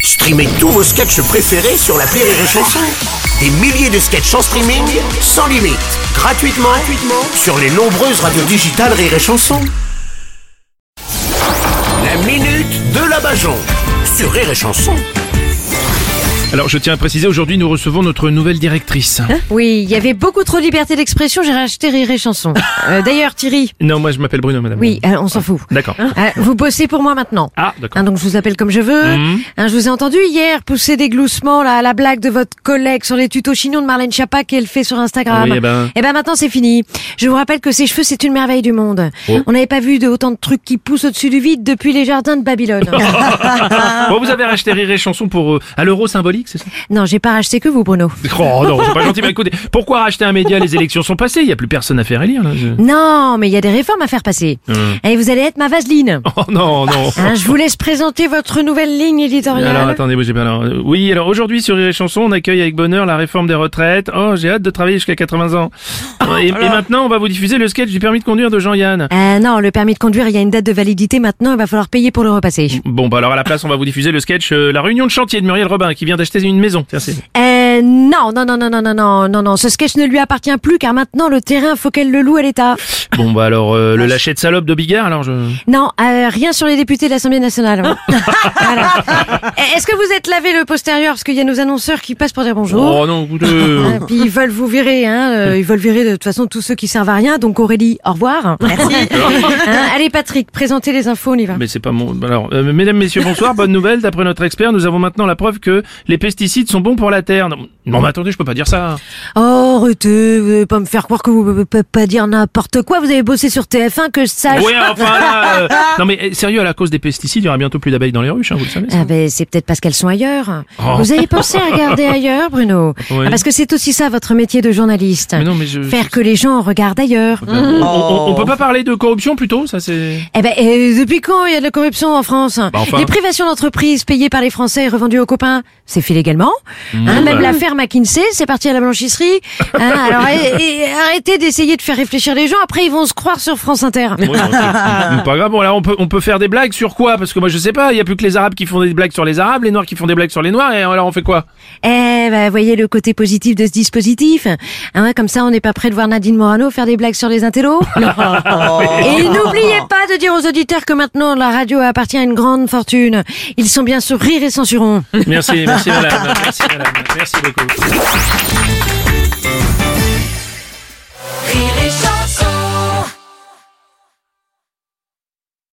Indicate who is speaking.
Speaker 1: Streamez tous vos sketchs préférés sur la Rire et Chanson. Des milliers de sketchs en streaming, sans limite, gratuitement, gratuitement sur les nombreuses radios digitales Rire et Chanson. La minute de la Bajon sur Rire et Chanson.
Speaker 2: Alors je tiens à préciser, aujourd'hui nous recevons notre nouvelle directrice.
Speaker 3: Oui, il y avait beaucoup trop de liberté d'expression, j'ai racheté Rire et Chanson. Euh, D'ailleurs, Thierry,
Speaker 2: Non, moi je m'appelle Bruno, madame.
Speaker 3: oui, euh, on s'en fout.
Speaker 2: Ah, D'accord.
Speaker 3: Euh, vous bossez pour moi maintenant.
Speaker 2: Ah,
Speaker 3: Hein,
Speaker 2: d'accord.
Speaker 3: donc je vous appelle comme je veux.
Speaker 2: Mhm.
Speaker 3: Hein, je vous ai entendu hier pousser des gloussements là, à la blague de votre collègue sur les tutos chignons de Marlène Chapa qu'elle fait sur Instagram.
Speaker 2: Oui, eh ben.
Speaker 3: maintenant c'est fini. Je vous rappelle que ses cheveux c'est une merveille du monde.
Speaker 2: Oh.
Speaker 3: On n'avait pas vu de autant de trucs qui poussent au-dessus du vide depuis les jardins de Babylone.
Speaker 2: Bon, vous avez racheté Rire et Chanson pour, euh, à l'euro symbolique, c'est ça
Speaker 3: non, j'ai pas racheté que vous Bruno.
Speaker 2: Oh non, c'est pas gentil, mais écoutez, pourquoi racheter un média Les élections sont passées, il n'y a plus personne à faire élire. Là. je-
Speaker 3: Non, mais il y a des réformes à faire passer.
Speaker 2: Euh.
Speaker 3: Et vous allez être ma vaseline.
Speaker 2: Oh non, non.
Speaker 3: Hein, je vous laisse présenter votre nouvelle ligne éditoriale.
Speaker 2: Alors attendez, bougez pas. Alors, euh, oui, alors aujourd'hui sur Rire et Chanson, on accueille avec bonheur la réforme des retraites. Oh, j'ai hâte de travailler jusqu'à 80 ans. Et, et maintenant, on va vous diffuser le sketch du permis de conduire de Jean-Yann.
Speaker 3: Euh, non, le permis de conduire, il y a une date de validité maintenant, il va falloir payer pour le repasser.
Speaker 2: Bon, bah alors à la place, on va vous diffuser le sketch euh, La réunion de chantier de Muriel Robin qui vient d'acheter une maison. Tiens, c'est-
Speaker 3: Euh, non, non, non, non, non, non, non, non, non, ce sketch ne lui appartient plus car maintenant le terrain, faut qu'elle le loue à l'État.
Speaker 2: Bon bah alors euh, le lâcher de salope de Bigard alors je
Speaker 3: Non, euh, rien sur les députés de l'Assemblée nationale. hein. Voilà. Euh, Est-ce que vous êtes lavé le postérieur parce qu'il y a nos annonceurs qui passent pour dire bonjour
Speaker 2: Oh non écoutez, euh,
Speaker 3: Hein, Puis ils veulent vous virer, hein. euh, ils veulent virer de toute façon tous ceux qui servent à rien. Donc Aurélie, au revoir. Merci. allez Patrick, présentez les infos, on y va.
Speaker 2: mais c'est pas mon alors euh, mesdames messieurs bonsoir bonne nouvelle d'après notre expert nous avons maintenant la preuve que les pesticides sont bons pour la terre non non, mais attendez je peux pas dire ça
Speaker 3: Oh, arrêtez, vous n'allez pas me faire croire que vous ne pouvez pas dire n'importe quoi. Vous avez bossé sur TF1, que je sache.
Speaker 2: ouais enfin là, euh, non mais eh, sérieux à la cause des pesticides il y aura bientôt plus d'abeilles dans les ruches hein, vous le savez ça.
Speaker 3: Ah ben, c'est peut-être parce qu'elles sont ailleurs.
Speaker 2: Oh.
Speaker 3: Vous avez pensé à regarder ailleurs, Bruno
Speaker 2: Oui.
Speaker 3: Ah, Parce que c'est aussi ça votre métier de journaliste.
Speaker 2: mais non mais je
Speaker 3: Faire que les gens regardent ailleurs.
Speaker 2: on, on- on peut pas parler de corruption plutôt ça c'est
Speaker 3: Eh ben, euh, depuis quand il y a de la corruption en France
Speaker 2: Bah, enfin.
Speaker 3: Les privations d'entreprises payées par les Français et revendues aux copains, c'est fait légalement. Hein,
Speaker 2: Mmh.
Speaker 3: même l'affaire McKinsey, c'est parti à la blanchisserie. Hein, alors, et- et arrêtez d'essayer de faire réfléchir les gens. Après, ils vont se croire sur France Inter.
Speaker 2: Ouais, bon, c'est- pas grave bon là on peut on peut faire des blagues sur quoi parce que moi je sais pas il y a plus que les arabes qui font des blagues sur les arabes les noirs qui font des blagues sur les noirs et alors on fait quoi
Speaker 3: Eh ben, voyez le côté positif de ce dispositif. Hein, comme ça, on n'est pas prêt de voir Nadine Morano faire des blagues sur les intellos. Et n'oubliez pas de dire aux auditeurs que maintenant, la radio appartient à une grande fortune. Ils sont bien sur Rire et Censurons.
Speaker 2: Merci, merci madame. Merci madame. Merci beaucoup.